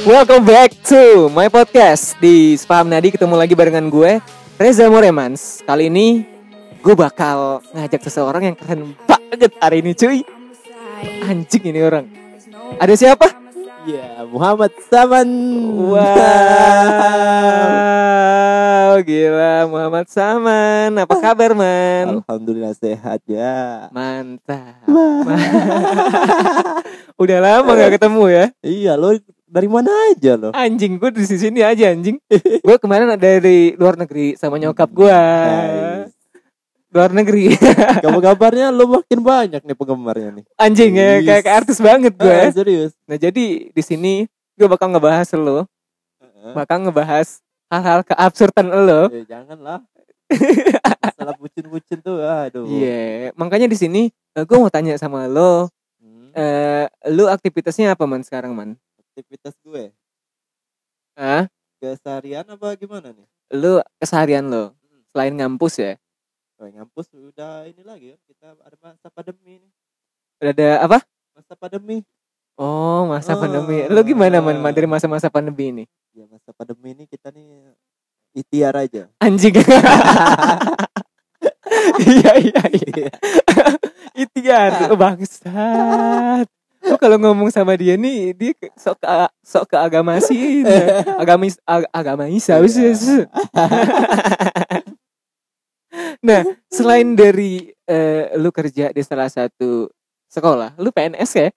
Welcome back to my podcast di Spaham Nadi ketemu lagi barengan gue Reza Moremans. Kali ini gue bakal ngajak seseorang yang keren banget hari ini cuy. Anjing ini orang. Ada siapa? Ya, Muhammad Saman. Wow, gila Muhammad Saman. Apa kabar man? Alhamdulillah sehat ya. Mantap. Udah lama gak ketemu ya? Iya, lo dari mana aja lo? Anjing gue di sini aja anjing. Gue kemarin dari luar negeri sama nyokap gue. Nice. Luar negeri. Kamu kabarnya lo makin banyak nih penggemarnya nih. Anjing ya Yes. kayak, kayak artis banget gue. Ah, serius. Nah, jadi di sini gue bakal ngebahas lo, Uh-huh. bakal ngebahas hal-hal keabsurdan lo. Eh, janganlah. Masalah bucin-bucin tuh, aduh. Iya, makanya di sini gue mau tanya sama lo, Hmm, eh lo aktivitasnya apa man sekarang man? aktivitas gue Ah, keseharian apa gimana nih? lo keseharian lo selain ngampus ya, Oh, ngampus udah ini lagi ya. Kita ada masa pandemi nih. udah ada apa? Masa pandemi. Oh, masa Ah. pandemi. Lo gimana man man, dari masa-masa pandemi ini? Ya masa pandemi ini kita nih ikhtiar aja. Anjing. iya iya iya. Itiar bangsat. Lu kalau ngomong sama dia nih dia ke- sok ke, sok ke agama sih. Agamis ag, agamais habis. Iya. habis. nah, selain dari eh, lu kerja di salah satu sekolah, lu PNS ya?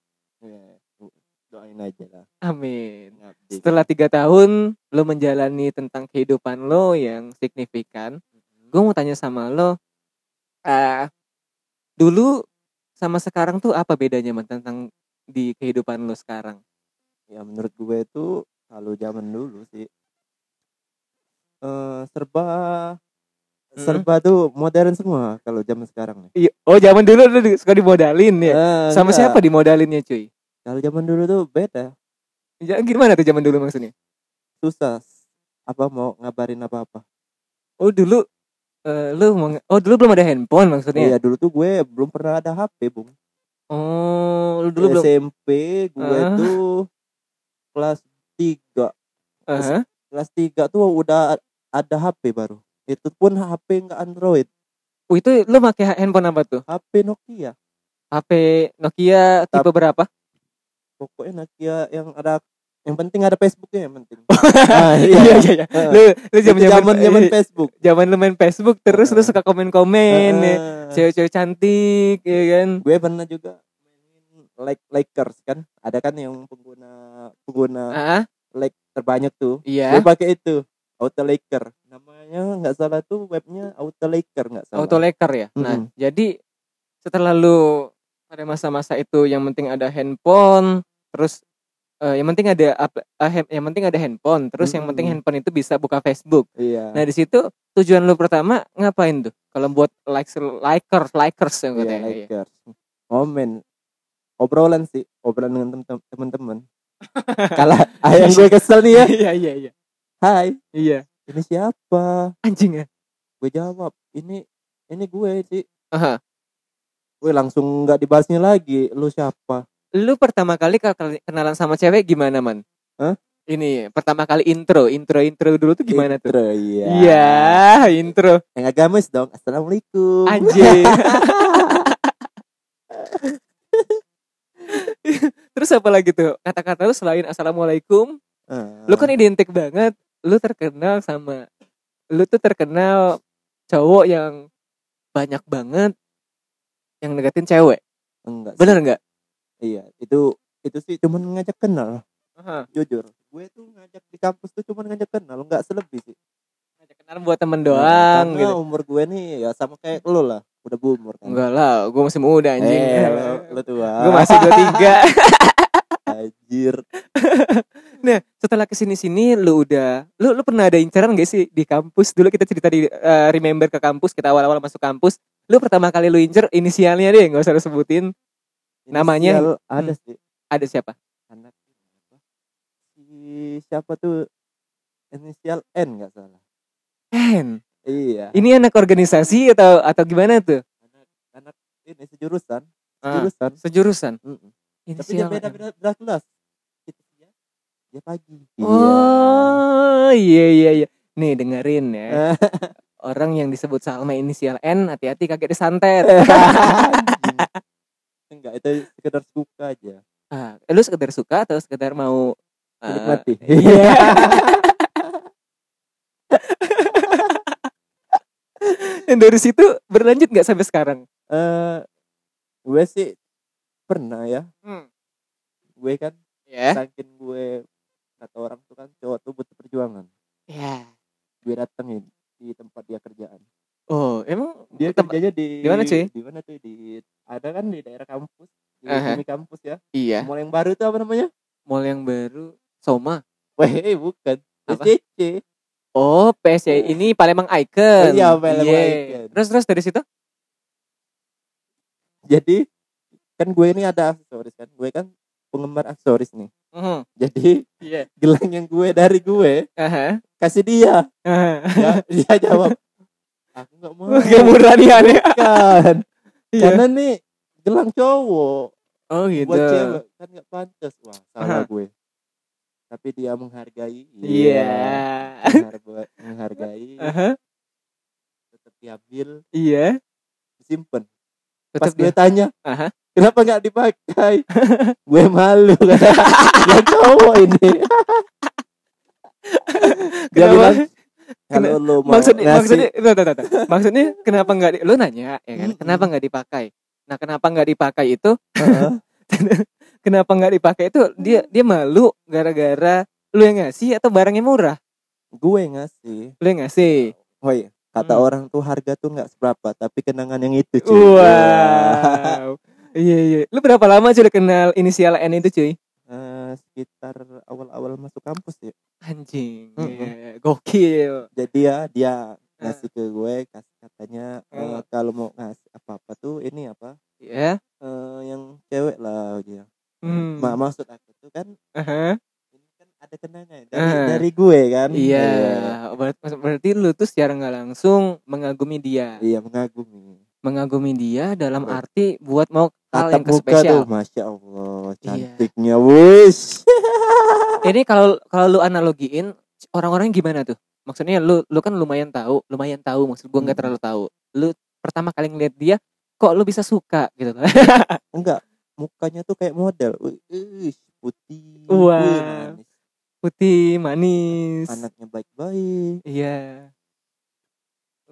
Ya, doain aja lah. Amin. Ngabdi. Setelah tiga tahun lu menjalani tentang kehidupan lo yang signifikan, gue mau tanya sama lo eh dulu sama sekarang tuh apa bedanya man tentang di kehidupan lo sekarang ya menurut gue itu kalau zaman dulu sih eh serba Hmm. serba tuh modern semua kalau zaman sekarang nih. Iya, oh zaman dulu lo di- suka dimodalin ya Eh, sama enggak. siapa dimodalinnya cuy Kalau zaman dulu tuh beda, Ya, gimana tuh zaman dulu maksudnya susah. Apa mau ngabarin apa-apa? oh dulu eh lo mau nge- oh dulu belum ada handphone maksudnya Iya, dulu tuh gue belum pernah ada HP, Bung. oh lu dulu belum Dulu SMP gue Ah. tuh kelas 3. Aha. Kelas 3 tuh udah ada HP baru. Itu pun HP nggak Android, oh itu lo pakai handphone apa tuh HP Nokia. HP Nokia tipe berapa pokoknya Nokia yang ada yang penting ada Facebooknya yang penting. Ah, Oh, iya iya iya Eh, lo lo itu zaman zaman zaman zaman Facebook. eh, zaman lo main Facebook terus lo suka komen komen ya Ah, cewek-cewek cantik ya kan gue pernah juga mainin like likers kan. Ada kan yang pengguna pengguna ah like terbanyak tuh. Gue iya pakai itu Auto Liker. Namanya nggak salah tuh webnya Auto Liker nggak salah. auto leker ya nah Mm-mm. jadi setelah lu pada masa-masa itu yang penting ada handphone terus eh, yang penting ada ap- eh, hem- yang penting ada handphone terus yang penting Mm. handphone itu bisa buka Facebook Iya. nah di situ tujuan lu pertama ngapain tuh kalau buat likes likers likers yang iya, katanya iya. likers. Komen. Obrolan sih, obrolan dengan tem- teman-teman. Kalau ayang gue kesel nih ya. iya iya iya Hai, iya ini siapa? anjing ya gue jawab ini ini gue sih Aha. gue langsung nggak dibahasnya lagi lu siapa lu pertama kali ke- ke- kenalan sama cewek gimana man Hah? ini pertama kali intro intro intro dulu tuh gimana tuh Intro, iya Iya, intro. yang agamis dong assalamualaikum Anjir. Terus apa lagi tuh? Kata-kata lu selain assalamualaikum, Ah. lu kan identik banget. Lu terkenal sama lu tuh terkenal cowok yang banyak banget yang deketin cewek. enggak sih. Bener nggak? iya itu itu sih cuman ngajak kenal Heeh. jujur gue tuh ngajak di kampus tuh cuman ngajak kenal nggak selebih sih Kenal buat temen doang Karena gitu. umur gue nih ya sama kayak lu lah udah berumur kan Enggak lah, gue masih muda anjing. eh, lu, lu tua gue masih 23. anjir Nah, setelah kesini sini lu udah lu lu pernah ada incaran gak sih di kampus? Dulu kita cerita di eh, remember ke kampus, kita awal-awal masuk kampus, lu pertama kali lu incer inisialnya deh, nggak usah lu sebutin. Namanya- hmm. Inisial ada sih Ada siapa? anak apa? si siapa tuh inisial N nggak salah N. iya Ini anak organisasi atau atau gimana tuh? anak anak ini sejurusan Ah, sejurusan sejurusan. Mm-mm. tapi dia Inisial. beda N. beda, beda kelas Gitu ya. ya pagi Iya. Oh iya iya iya. Nih dengerin ya. Orang yang disebut Salma inisial N hati-hati kakek disantet. Anjing. enggak itu sekedar suka aja Ah, lu sekedar suka atau sekedar mau eh, menikmati Iya. Dan eh, dari situ berlanjut nggak sampai sekarang? Eh, gue sih pernah ya Hmm. gue kan Ya. saking gue kata orang tuh kan cowok tuh butuh perjuangan Ya. gue datengin di tempat dia kerjaan Oh, emang dia tem- kerjanya di di mana, cuy? di mana tuh di ada kan di daerah kampus di Aha. bumi kampus ya iya. mall yang baru tuh apa namanya Mall yang baru Soma. Weh, bukan. Apa? SCC. Oh, PSC ini Palembang Icon. Iya, Palembang Iya. Icon. Terus terus dari situ? Jadi kan gue ini ada aksesoris kan. Gue kan penggemar aksesoris nih. Mhm. Jadi Iya. gelang yang gue dari gue Aha. kasih dia. Aha. Ya, dia jawab, "Aku nggak mau." Kayak murani aneh. Bukan. ya? Iya. Karena nih gelang cowok Oh gitu. buat cewek kan nggak pantas. Wah, salah Aha. gue. Tapi dia menghargai. Iya. Menghargai, menghargai Aha, tetap diambil, Iya. disimpan. Pas Tetap gue dia. Uh-huh. tanya, Aha. kenapa nggak dipakai? gue malu kata dia cowok ini. dia Kenapa? bilang, kalau lo mau Maksudnya ngasih, maksudnya tuh, tuh, tuh, tuh. Maksudnya kenapa nggak di, lu nanya ya kan? Mm-mm. Kenapa nggak dipakai? Nah, kenapa nggak dipakai itu? Heeh. Kenapa nggak dipakai itu? Dia dia malu gara-gara lu yang ngasih atau barangnya murah? gue ngasih. Lu yang ngasih. Hoi, kata Hmm. orang tuh harga tuh nggak seberapa, tapi kenangan yang itu cuy. Wow. Iya iya. Lu berapa lama sudah kenal inisial N itu, cuy? Eh, sekitar awal-awal masuk kampus ya. Anjing. Mm-mm. Iya, iya. Gokil. Jadi ya Ah. dia ngasih ke gue kas- katanya eh, Eh. kalau mau ngasih apa-apa tuh ini apa? Ya. eh, yang cewek lah dia. Hmm. Ma- maksud aku tuh kan Aha. ini kan ada kenangan dari, Eh. dari gue kan Iya, Eh, ber- berarti lu tuh secara nggak langsung mengagumi dia, iya mengagumi mengagumi dia dalam Betul. arti buat mau hal tatap yang muka spesial. tuh masya allah Iya. cantiknya wush Ini kalau kalau lu analogiin orang-orang gimana tuh? Maksudnya lu lu kan lumayan tahu, lumayan tahu maksud gua nggak Hmm. terlalu tahu. Lu pertama kali ngeliat dia, kok lu bisa suka gitu kan? enggak mukanya tuh kayak model Wush, putih Wah. wuih, manis. Putih, manis. anaknya baik baik Iya.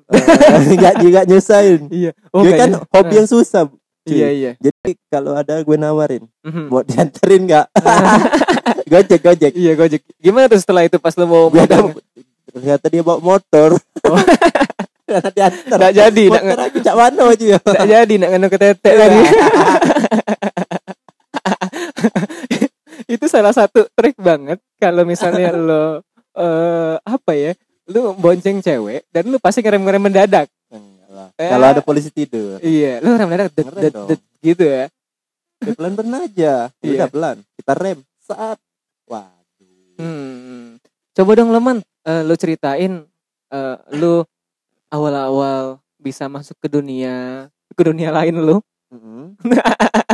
enggak juga nyusahin Iya. Oh, gue kan kayaknya- hobi yang susah cuy. Iya, iya. jadi kalau ada gue nawarin Mhm. mau dianterin enggak gojek gojek Iya, gojek. Gimana tuh setelah itu pas lu mau Gue ada- makan? ternyata dia bawa motor Oh. Ternyata dianter. Nggak jadi, nggak- motor aku cak ya. mana aja Tak jadi nak nganu Iya. ketetek tadi. itu salah satu trik banget kalau misalnya lo eh apa ya lu bonceng cewek dan lu pasti ngerem ngerem mendadak Enggak lah. Eh. Kalau ada polisi tidur, iya lu ngerem mendadak det, Ngerem det, dong. det, gitu ya ya pelan pelan aja. Iya. Udah pelan. Kita rem. Saat. Waduh. hmm. coba dong leman eh, lu ceritain eh, lu awal awal bisa masuk ke dunia ke dunia lain lu Mm-hmm. Mm-mm.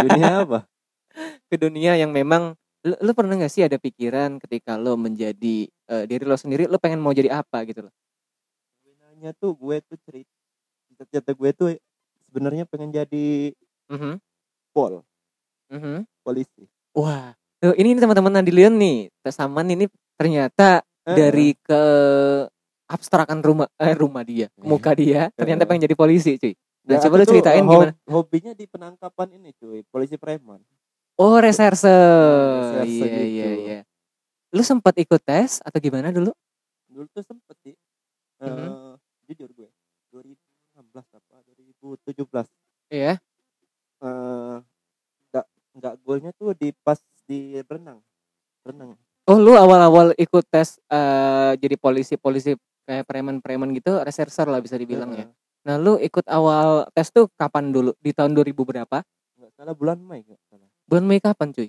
Dunia apa? ke dunia yang memang lu, lu pernah nggak sih ada pikiran ketika lo menjadi eh, diri lo sendiri lo pengen mau jadi apa gitu loh Sebenarnya tuh gue tuh cerita cerita gue tuh sebenarnya pengen jadi Mhm, pol mhm. polisi. wah Tuh, ini, ini teman-teman Nadilion nih Saman ini ternyata Eh, dari ke abstrakan rumah eh, rumah dia ke muka dia ternyata Eh. pengen jadi polisi cuy nah, coba ya, aku lu tuh ceritain hob- gimana Hobinya di penangkapan ini cuy, polisi preman. oh reserse iya Reserse gitu. iya iya lu sempat ikut tes atau gimana dulu Dulu tuh sempet sih. Eh, Mhm. jujur gue 2016 apa 2017 Iya eh nggak nggak golnya tuh di pas di renang renang oh lu awal-awal ikut tes eh, jadi polisi polisi kayak preman-preman gitu reserser lah bisa dibilang ya Heeh. nah lu ikut awal tes tuh kapan dulu di tahun 2000 berapa nggak salah bulan Mei nggak salah bulan Mei kapan cuy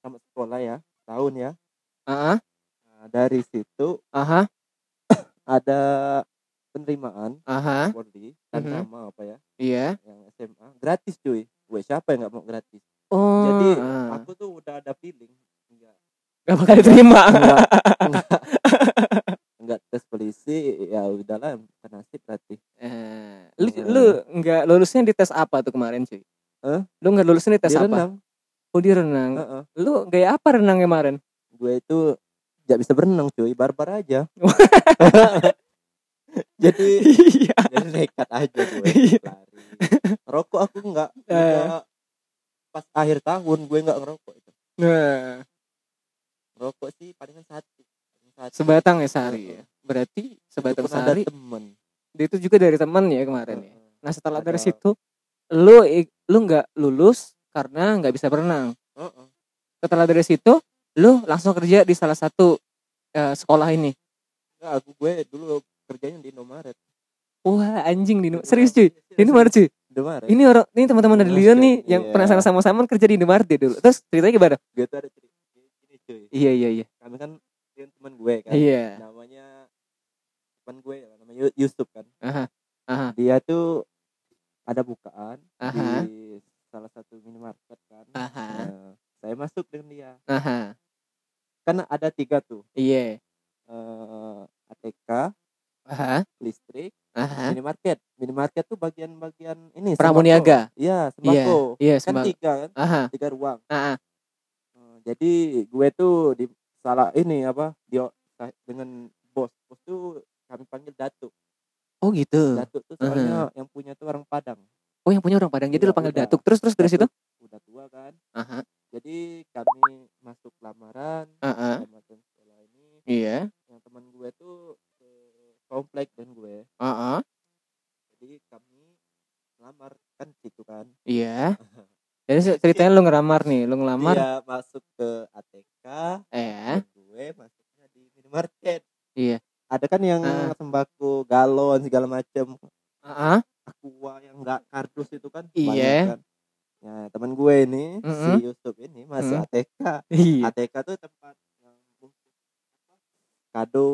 sama sekolah ya tahun ya ah Nah, dari situ aha ada penerimaan aha Polri kan Mhm. sama apa ya iya yang SMA gratis cuy gue siapa yang nggak mau gratis oh jadi ah. aku tuh udah ada feeling nggak Gak bakal diterima. Enggak. enggak. Enggak tes polisi ya udahlah bukan nasib berarti. Eh, lu lu nggak lulusnya di tes apa tuh kemarin cuy? Eh? Lu nggak lulusnya di tes Dia apa? renang. Oh di renang. Heeh. Lu gaya apa renang kemarin? Gue itu nggak bisa berenang cuy, barbar aja. jadi Iya. jadi nekat aja gue lari. Rokok aku enggak, Eh. enggak. pas akhir tahun gue enggak ngerokok itu. nah, Rokok sih palingan satu. Paling satu. sebatang ya sehari ya. Berarti sebatang Itu pun ada sehari. temen. Dia itu juga dari teman ya kemarin ya. Heeh. Nah setelah dari Ada- situ, lu i- lu nggak lulus karena nggak bisa berenang. Heeh. Setelah dari situ, lu langsung kerja di salah satu eh, sekolah ini. Enggak, aku gue dulu kerjanya di Indomaret. Iya, Wah anjing Dino, serius cuy. Ini mana cuy? Indomaret. Ini orang, ini teman-teman dari Terus Lyon kayak- nih yang iya. pernah sama-sama kerja di Indomaret ya dulu. Terus ceritanya gimana? gue tuh ada cerita gini cuy Iya iya iya. kami kan klien teman gue kan Iya. namanya teman gue ya namanya Yu- Yusuf kan Aha. Aha. dia tuh ada bukaan Aha. di salah satu minimarket kan Aha. Nah, saya masuk dengan dia Aha. karena ada tiga tuh Iya. eh, ATK Aha. listrik Aha. minimarket minimarket tuh bagian-bagian ini Pramuniaga. sembako. iya sembako Iya kan sembako. tiga kan Aha. tiga ruang Aha. Eh, jadi gue tuh di salah ini apa dia dengan bos bos tuh kami panggil datuk Oh gitu. datuk tuh soalnya yang punya tuh orang Padang Oh yang punya orang Padang. Jadi Iya, lu panggil udah. Datuk. Terus terus dari situ? Datuk udah tua kan Aha. jadi kami masuk lamaran Aha. lamaran sekolah ini Iya. yang teman gue tuh ke komplek dan gue Aha. jadi kami lamar kan gitu kan Iya. Jadi ceritanya lu ngelamar nih, lu ngelamar. dia masuk ke ATK Eh. dan gue masuknya di minimarket Iya. ada kan yang Ah. sembako galon segala macam Aha. aqua yang enggak kardus itu kan Iya. banyak kan. Nah, teman gue ini si Mm-mm. Yusuf ini Mm. masuk ATK. Iya. ATK tuh tempat yang bungkus apa, kado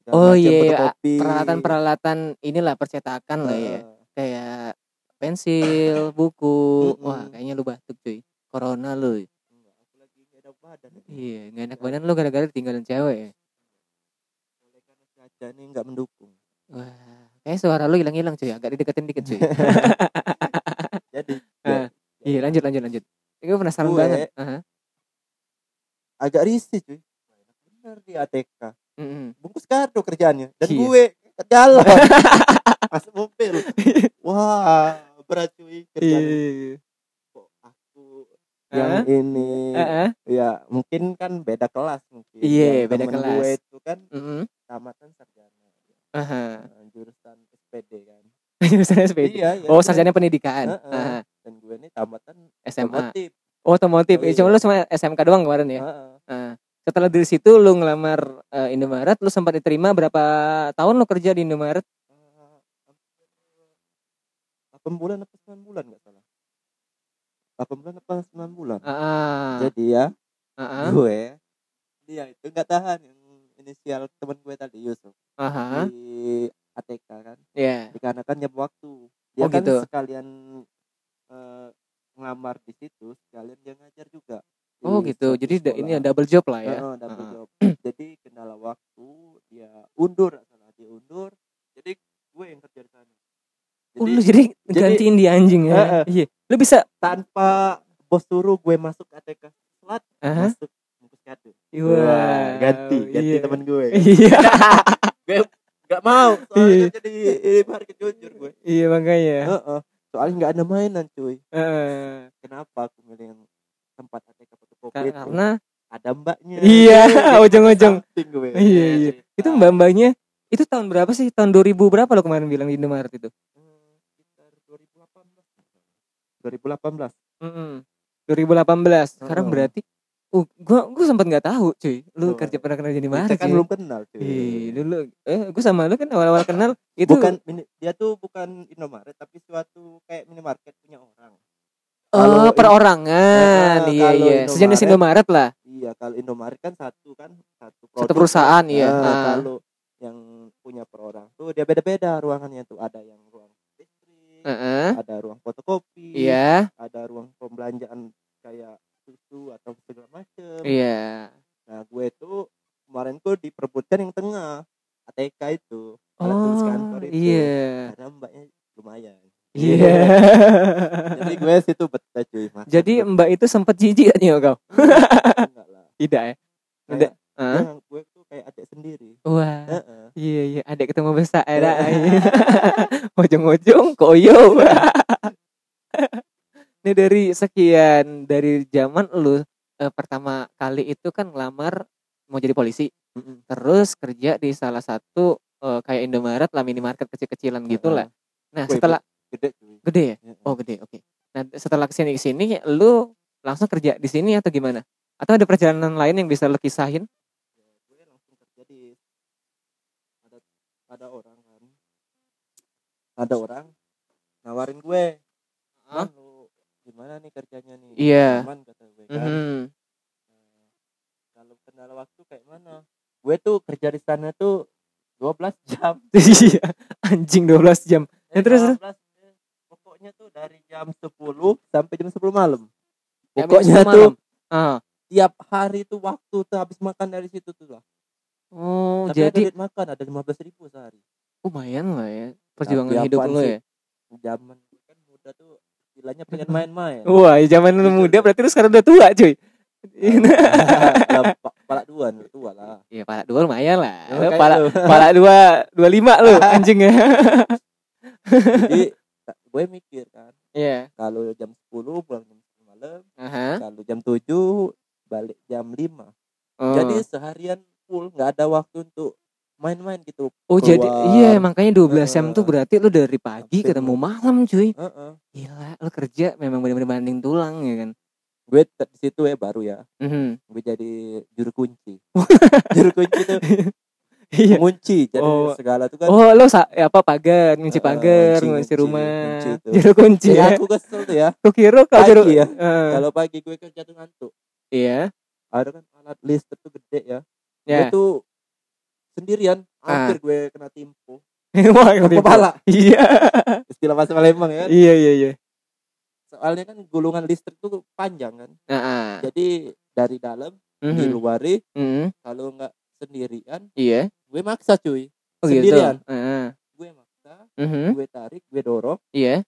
segala Oh, macam, iya, iya. fotokopi. Peralatan-peralatan inilah percetakan lah ya. Eh, Kayak pensil, buku. Mm-mm. Wah, kayaknya lu batuk cuy. Corona lu. enggak, aku lagi nggak ada badan. Nah. Iya, nggak enak badan lu gara-gara ditinggalin cewek ya. Oleh karena cuaca nih enggak mendukung. Wah, kayak suara lu hilang-hilang cuy, agak dideketin dikit cuy. Jadi Ah, ya, iya, lanjut lanjut lanjut. Gue penasaran Gue- banget. Aha. agak risih cuy. Wah, Enak bener di ATK. Mm-mm. Bungkus kado kerjaannya dan Iya. gue ke jalan. masuk mobil. Wah, berat Iya. cuy kerjaan. Kok aku yang Yang- ini Heeh. ya mungkin kan beda kelas mungkin Iya, Yang beda temen kelas. gue itu kan Mm-mm. tamatan sarjana Aha. eh, jurusan SPD kan Jurusan SPD. iya iya Oh, iya. sarjana pendidikan. Heeh. Aha, dan gue ini tamatan SMA. otomotif Oh, otomotif. Oh, Eh, Cuma iya. lu cuma SMK doang kemarin ya. Heeh. Ah. Setelah dari situ lu ngelamar eh, Indomaret, lu sempat diterima berapa tahun lu kerja di Indomaret? Eh, hampir 8 bulan apa 9 bulan nggak salah 8 bulan apa 9 bulan Ah. Heeh. jadi ya Heeh. gue dia itu nggak tahan yang inisial teman gue tadi Yusuf Aha. di ATK kan Ah, Iya. dikarenakan nyapu waktu dia Oh, kan gitu. sekalian eh, ngelamar di situ sekalian dia ngajar juga di Oh, gitu. suatu Jadi da- ini sekolah. double job lah ya. Heeh, double Ah. job. jadi kendala waktu dia undur salah dia undur jadi gue yang kerja di sana Oh, ah. jadi lu jadi jadi- Ah, gantiin dia anjing ya. Heeh. Iya. Lu bisa tanpa bos suruh gue masuk ATK selat Aha. masuk bungkus kado ah, Wow, Wah, ganti ganti iya. teman gue Iya. nggak mau Iya. soalnya jadi eh, market jujur gue iya makanya. Ah, Heeh. soalnya nggak ada mainan cuy Heeh. kenapa aku milih yang tempat ATK fotokopi itu? Karena ada mbaknya Iya, Jadi ujung-ujung. something gue. Iya, iya. cerita. itu mbak-mbaknya itu tahun berapa sih? Tahun 2000 berapa lo kemarin bilang di Indomaret itu? Eh, sekitar 2018 2018 Mm-mm. 2018. Sekarang Heeh. berarti uh, gua gua sempat nggak tahu, cuy. Lu Tuh. kerja pernah kerja di mana? kita kan belum kenal cuy Ih, dulu eh gua sama lu kan awal-awal kenal itu eh, bukan mini- dia tuh bukan Indomaret tapi suatu kayak minimarket punya orang oh, kalau in- perorangan. Heeh, iya, kalau iya. Sejenis Indomaret lah. iya kalau Indomaret kan satu kan satu produk Satu perusahaan iya. Nah, Ah. kalau yang punya per orang tuh dia beda-beda ruangannya tuh ada yang ruang listrik Heeh. ada ruang fotokopi eh, Iya, ada ruang pembelanjaan kayak susu atau segala macem iya. Nah, gue itu kemarin tuh diperbutkan yang tengah. ATK itu. Alat tulis kantor itu. Oh, Iya. Karena mbaknya lumayan. Iya. Jadi gue situ betah cuy, Mas. Jadi Mbak itu sempat jijik nih kau? enggak lah. Tidak ya? Ada. Kayak, Hah? gue, gue tuh kayak adik sendiri. Wah. Heeh. Iya iya, ada ketemu besar era. Ojong-ojong koyo. Ini dari sekian dari zaman lu eh, pertama kali itu kan ngelamar mau jadi polisi, Heeh. terus kerja di salah satu eh, kayak Indomaret lah minimarket kecil-kecilan gitu lah. Nah, Wih, setelah Gede cuy. gede ya? Heeh. Oh, gede. Oke. Nah, setelah kesini sini lu langsung kerja di sini atau gimana? Atau ada perjalanan lain yang bisa lu kisahin? Ya, gue langsung kerja di ada ada orang kan ada orang nawarin gue Hah? "Man, lu gimana nih kerjanya nih Iya. Cuman kata gue kan Mhm. "Eh, kalau kendala waktu kayak mana gue tuh kerja di sana tuh 12 jam Iya, Anjing 12 jam. Ya, Eh, terus, terus. 12, eh, pokoknya tuh dari jam 10 sampai jam 10 malam Ya, habis pokoknya itu tuh malam. Ah. tiap hari tuh waktu tuh habis makan dari situ tuh lah Oh, Tapi ada jadi duit makan ada 15 ribu sehari lumayan lah ya perjuangan Tapi hidup apaan lu sih? ya. zaman kan muda tuh istilahnya pengen main-main. Wah, ya zaman lu Gitu. muda berarti lu sekarang udah tua, cuy. Lah, Ya, pa- Pala dua nih, tua lah. Iya, pala dua lumayan lah. Ya, Lu kayak pala lu. pala dua dua lima lu anjing ya. Jadi ka- gue mikir kan, Iya. kalau jam 10 pulang jam 10 malam, Aha. kalau jam 7 balik jam 5. Oh. Jadi seharian full nggak ada waktu untuk main-main gitu. Oh jadi keluar. iya makanya 12 jam tuh Eh, berarti lu dari pagi sampai ketemu malam. malam cuy. Heeh. Gila, lu kerja memang benar-benar banding tulang ya kan. Gue te- di situ ya baru ya. Mhm. Gue jadi juru kunci. juru kunci tuh Iya. kunci jadi Oh. segala tuh kan. Oh, lu sa- ya apa pagar, ngunci Eh, pagar, kunci, ngunci kunci, rumah. kunci itu. Jaru kunci. Jadi Ya. aku kesel tuh ya. Aku kira kalau Pagi jaru ya. Eh, Kalau pagi gue kerja tuh ngantuk. iya. ada kan alat listrik tuh gede ya. Ya. Gue tuh sendirian, Ah. hampir gue kena timpu. Wah, ngerti. Kepala, Iya. istilah bahasa Palembang ya. kan. Iya, iya, iya. Soalnya kan gulungan listrik tuh panjang kan. Heeh. Jadi dari dalam Ah. Mhm. diluari Mhm. kalau nggak sendirian, Iya. gue maksa cuy. Oh, gitu. Sendirian. Heeh. Gue maksa, Mhm. gue tarik, gue dorong, Iya.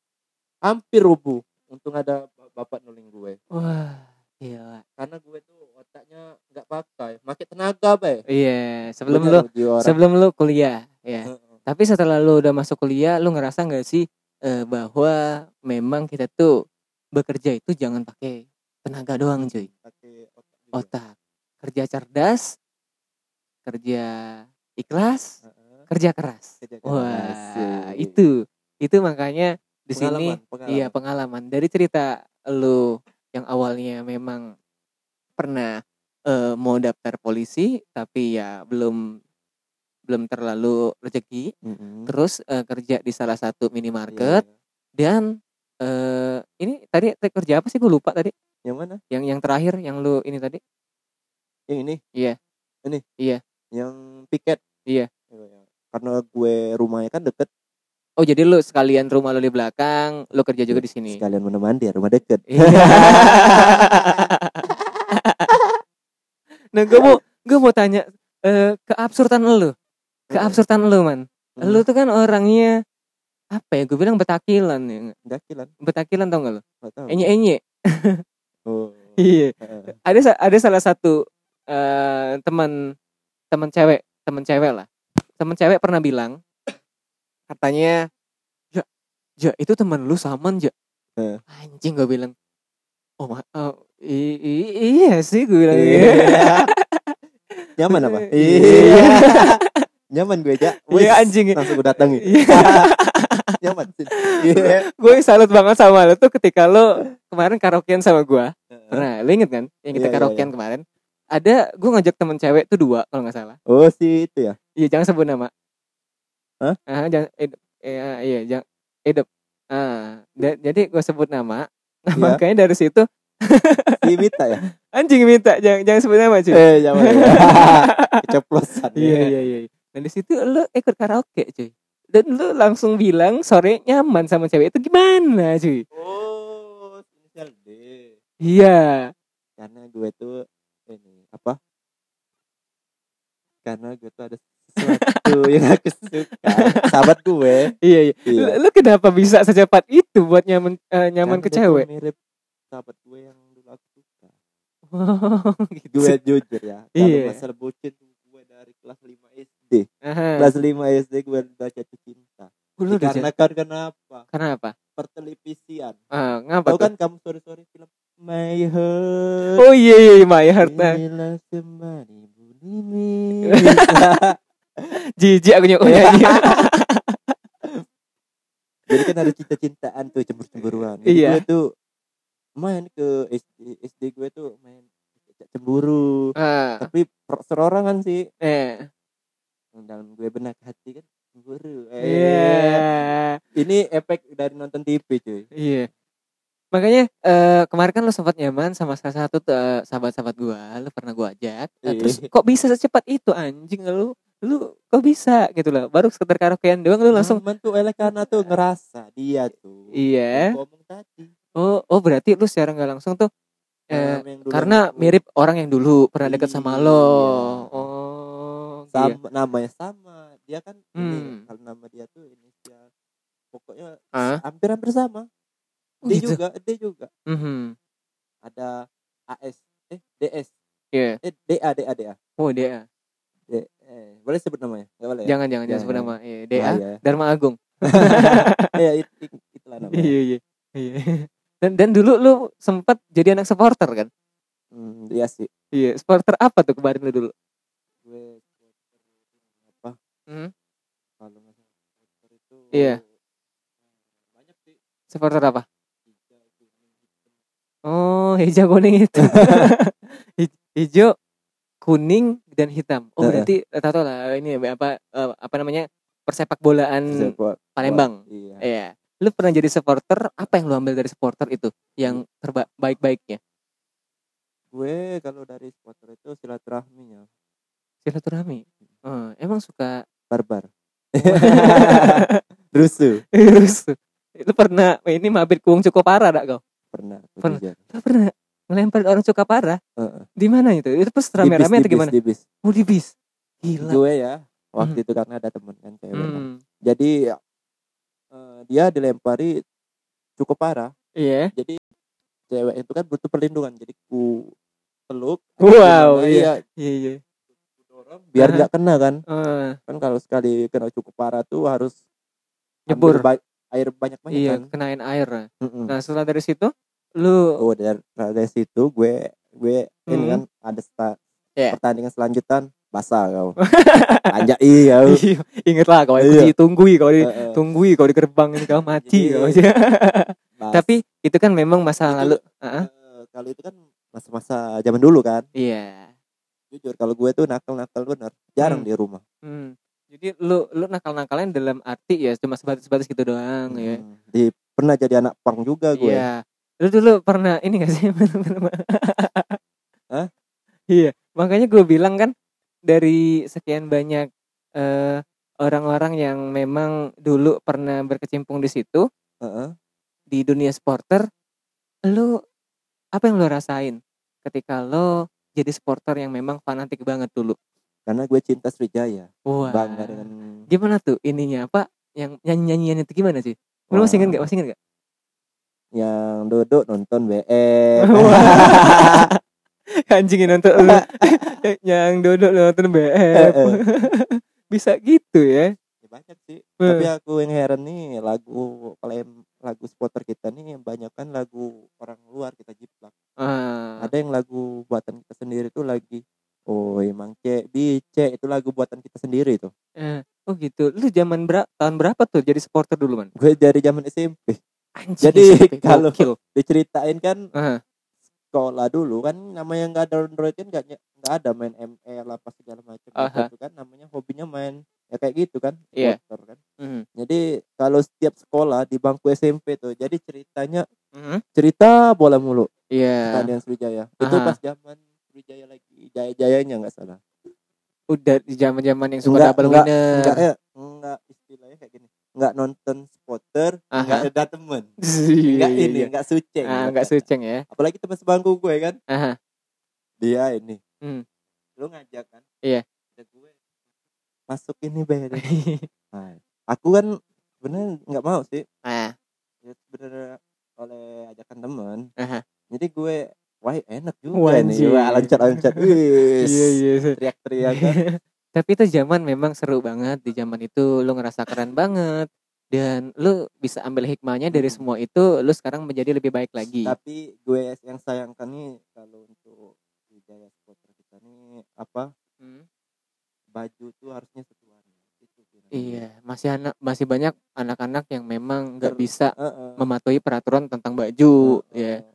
hampir rubuh. Untung ada ba- bapak nuling gue. Wah, gila. Karena gue tuh otaknya nggak pakai, pakai tenaga, Bay. Iya, sebelum lu Bener uji orang. Hmm. sebelum lu kuliah, ya. Heeh. Tapi setelah lu udah masuk kuliah, lu ngerasa nggak sih eh, bahwa memang kita tuh bekerja itu jangan pakai tenaga doang, cuy. Iya. Pakai otak juga. Otak. Kerja cerdas, kerja ikhlas, Heeh. kerja keras. Kerja keras, Wah, iya. itu itu makanya di sini Pengalaman, pengalaman. iya pengalaman dari cerita lu yang awalnya memang pernah eh, mau daftar polisi tapi ya belum belum terlalu rezeki Mm-mm. terus eh, kerja di salah satu Iya, minimarket iya. dan eh ini tadi tadi kerja apa sih gue lupa tadi Yang mana? yang yang terakhir yang lu ini tadi Yang ini? Iya. Ini? Iya. Yang piket? Iya. Iya. Karena gue rumahnya kan deket. oh jadi lu sekalian rumah lu di belakang lu kerja Iya. juga di sini Sekalian menemani dia, rumah deket. Iya. nah gue mau gue mau tanya eh, keabsurdan lu keabsurdan lu man Hmm. lu tuh kan orangnya apa ya gue bilang betakilan ya nggak? Dakilan. betakilan tau gak lu Gak tau. enye enye Oh. iya Heeh. ada sa- ada salah satu eh, teman teman cewek teman cewek lah teman cewek pernah bilang katanya ja ja itu teman lu saman ja Eh. anjing gue bilang oh, ma- oh, i- i- iya sih gue bilang Iya. Nyaman apa? Iya. Nyaman gue aja. Iya, anjing. Langsung gue datangi. Iya. Nyaman. Sin. Iya. gue salut banget sama lu tuh ketika lu kemarin karaokean sama gue nah lu inget kan yang kita Iya, iya, karaokean kemarin ada gue ngajak teman cewek tuh dua kalau nggak salah Oh si itu ya. Iya jangan sebut nama. Hah? Ah, jangan ed- eh, ah, iya jangan edep. Ah, da- jadi gue sebut nama. Nah, Iya. makanya dari situ Si Mita ya. anjing minta jangan jangan sebut nama cuy. Eh nyaman. ya. Keceplosan. ya. Iya iya iya. Nah di situ lu ikut karaoke cuy. Dan lu langsung bilang sore nyaman sama cewek itu gimana cuy? Oh. Inisial D. Iya. karena gue tuh ini apa karena gue tuh ada sesuatu yang aku suka sahabat gue Iya, iya. Iya. Lu, lu kenapa bisa secepat itu buat nyaman eh, nyaman Karena ke dia tuh cewek? mirip sahabat gue yang dulu aku suka gitu. gue jujur ya kalau Iya. masalah bucin tuh gue dari kelas 5 SD Aha. kelas 5 SD gue baca cinta Eh. Lu udah karena jat- karena apa karena apa? pertelevisian Ah, ngapa tahu tuh? kan kamu sore sore film My Heart Oh iya, iya, my heart. Nah, Inilah semani bunimi jijik aku nyok nyanyi. Jadi kan ada cinta-cintaan tuh cemburu-cemburuan. Jadi Iya. Gue tuh main ke SD, SD gue tuh main cemburu. Ah, Tapi per- serorangan sih eh. dalam gue benak hati kan cemburu. Eh, Iya. Ini efek dari nonton TV cuy. Iya. Makanya eh, kemarin kan lu sempat nyaman sama salah satu tuh, eh, sahabat-sahabat gua, lu pernah gua ajak. Nah, Iya. terus kok bisa secepat itu anjing lu? Lu kok bisa gitu loh. Baru sekedar karaokean doang lu langsung Momen tuh elek karena tuh ngerasa dia tuh. Iya. Yang Ngomong tadi. Oh, oh berarti lu secara nggak langsung tuh eh, Sama yang dulu karena aku- mirip orang yang dulu pernah deket sama lo. Iya. Oh, iya. sama namanya sama. Dia kan Hmm. ini kalau nama dia tuh inisial pokoknya Ah. hampir-hampir sama. Oh, Dia gitu. juga, dia juga Mhm. ada AS eh DS Iya. eh DA DA DA Oh, DA. D- eh, boleh sebut namanya nggak boleh ya? Jangan jangan jangan sebut Jangan. nama. Iya, DA ya. Dharma Agung. ya itu itulah namanya Iya, iya. Iya. Dan dan dulu lu sempat jadi anak supporter kan? hmm, iya sih Iya, supporter apa tuh kemarin lu dulu? gue apa Hmm? kalau nggak salah supporter itu Iya. banyak sih Supporter apa? tiga kuning hitam Oh, hijau kuning itu. Hij- hijau kuning dan hitam. Oh, Heeh. berarti eh, tahu lah ini ya, apa eh, apa namanya? persepak bolaan Sepak Palembang. bola, iya Iya. Lu pernah jadi supporter, apa yang lu ambil dari supporter itu? Yang terbaik-baiknya? gue kalau dari supporter itu ya, silaturahminya Silaturahmi. Eh, emang suka barbar rusuh rusuh. Lu pernah ini mabit kuung cukup parah dak kau? pernah aku Pernah. kejar. Lu pernah ngelempar orang cukup parah? Heeh. Di mana itu? Itu pas Di bis, rame-rame di atau bis, gimana? di bis. Oh, di bis. Gila. gue ya waktu itu karena ada temen kan cewek kan. Hmm. jadi eh, dia dilempari cukup parah Iya. jadi cewek itu kan butuh perlindungan jadi ku peluk Wow, gimana iya. ya, Iya, iya. ku dorong biar Aha. nggak kena kan Eh, kan kalau sekali kena cukup parah tuh harus Nyebur. ambil ba- air banyak banyak iya, kan kenain air. Mm-mm. Nah, setelah dari situ lu oh dari, dari situ gue gue ini Hmm. kan ada sta- Iya. pertandingan selanjutan basah kau anjak iya kau. Iya, inget lah kalau Iya. kunci tunggui kalau di Eh, eh, tunggui kalau di gerbang ini kau mati Iya. kau aja. bas- Tapi itu kan memang masa Itu, lalu. eh, Heeh. kalau itu kan masa-masa zaman dulu kan Iya. jujur kalau gue tuh nakal nakal bener Hmm. jarang di rumah Hmm. Jadi lu lu nakal-nakalin dalam arti ya cuma sebatas-sebatas gitu doang ya. Hmm. di pernah jadi anak pang juga gue Iya. Lu dulu pernah ini gak sih? Hah? Iya, makanya gue bilang kan dari sekian banyak eh, orang-orang yang memang dulu pernah berkecimpung di situ Heeh. di dunia supporter, lu apa yang lu rasain ketika lo jadi supporter yang memang fanatik banget dulu? karena gue cinta Sriwijaya Wah. bangga dengan Gimana tuh ininya apa? Yang nyanyi-nyanyian itu gimana sih? Lu masih inget gak? Masih inget gak? yang duduk nonton BM Wah. Anjingin nonton lu. Eh, yang duduk nonton BF. Heeh. Bisa gitu ya. Ya, banyak Eh. sih tapi aku yang heran nih lagu klaim lagu supporter kita nih yang banyak kan lagu orang luar kita jiplak Ah, ada yang lagu buatan kita sendiri tuh lagi oh emang C B C itu lagu buatan kita sendiri tuh eh, oh gitu. Lu zaman berapa tahun berapa tuh jadi supporter dulu, Man? gue dari zaman SMP Anjing. Jadi, SMP, kalau- gokil. diceritain kan Ah, sekolah dulu kan namanya nggak ada Android kan nggak ny- nggak ada main ML apa segala macam Aha. itu kan namanya hobinya main ya kayak gitu kan Iya. motor kan mhm. jadi kalau setiap sekolah di bangku SMP tuh jadi ceritanya Mhm. cerita bola mulu Iya. pertandingan Sriwijaya itu Aha. pas zaman Sriwijaya lagi jaya-jayanya nggak salah Udah di zaman-zaman yang suka Enggak, double enggak, winner. nggak ya nggak istilahnya kayak gini nggak nonton spotter Aha. nggak ada temen Iya, nggak ini iya. nggak suceng Ah, enggak suceng ya. Ah. apalagi teman sebangku gue kan Aha. dia ini Hmm. lu ngajak kan Iya. Ada gue masuk ini beda nah, aku kan sebenarnya nggak mau sih nah, ya sebenarnya oleh ajakan temen Aha. jadi gue wah enak juga Wah, nih anjir. wah loncat loncat Wis. iya iya teriak teriak kan. tapi itu zaman memang seru banget di zaman itu lu ngerasa keren banget dan lu bisa ambil hikmahnya dari Hmm. semua itu lu sekarang menjadi lebih baik lagi tapi gue yang sayangkan nih kalau untuk budaya supporter kita nih apa Hmm. baju tuh harusnya satu warna itu sih. iya masih anak masih banyak anak-anak yang memang nggak Ter- bisa Heeh. mematuhi peraturan tentang baju ya Heeh. Oh,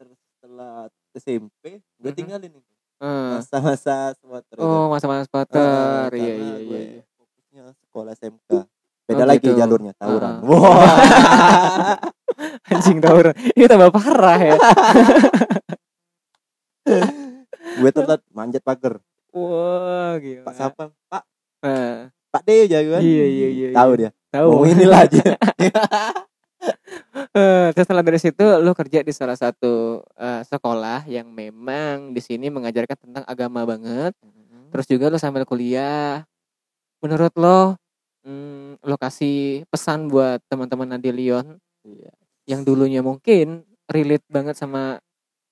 terus setelah SMP gue Mhm. tinggalin nih Heeh. masa-masa supporter Ah. itu. oh masa-masa Heeh, spotter iya karena iya gue iya iya. fokusnya sekolah SMK beda lagi gitu. jalurnya tawuran Heeh. Wah. anjing tawuran ini tambah parah ya gue telat manjat pagar wah gila pak sapam pak Heeh. pak deh jagoan Iya, iya, iya, tahu dia tahu mau inilah aja Eh, terus setelah dari situ lu kerja di salah satu eh, sekolah yang memang di sini mengajarkan tentang agama banget. Terus juga lu sambil kuliah, menurut lo hmm, lo kasih pesan buat teman-teman Nadilion Iya. yang dulunya mungkin relate banget sama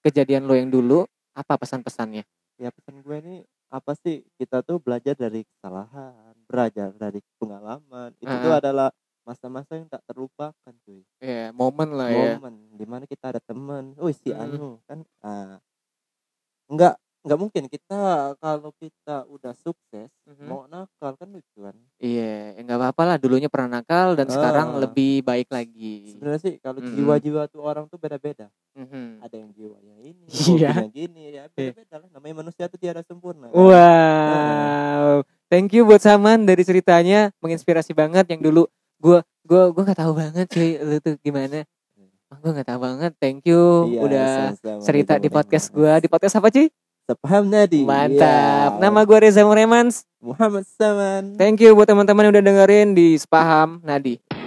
kejadian lo yang dulu, apa pesan-pesannya? ya pesan gue ini apa sih kita tuh belajar dari kesalahan belajar dari pengalaman itu tuh Heeh. adalah masa-masa yang tak terlupakan cuy Ya, momen lah ya. momen dimana kita ada teman oh si Hmm. Anu kan ah nggak nggak mungkin kita kalau kita udah sukses Mhm. mau nakal kan lucu kan Iya, ya nggak apa-apa lah dulunya pernah nakal dan sekarang Ah. lebih baik lagi. sebenarnya sih kalau Mhm. jiwa-jiwa tuh orang tuh beda-beda Mhm. ada yang jiwanya ini Iya. hobinya gini ya beda-beda lah namanya manusia tuh tiada sempurna kan? Wow. Thank you buat Saman dari ceritanya menginspirasi banget yang dulu gua gua gua nggak tahu banget cuy lu tuh gimana. Wah, gua nggak tahu banget. Thank you Iya, udah sama-sama, cerita di mudah-mudahan. podcast gua. Di podcast apa cuy? sepaham nadi Mantap. Iya. Nama gua Reza Muremans. Muhammad Saman Thank you buat teman-teman yang udah dengerin di Sepaham Nadi.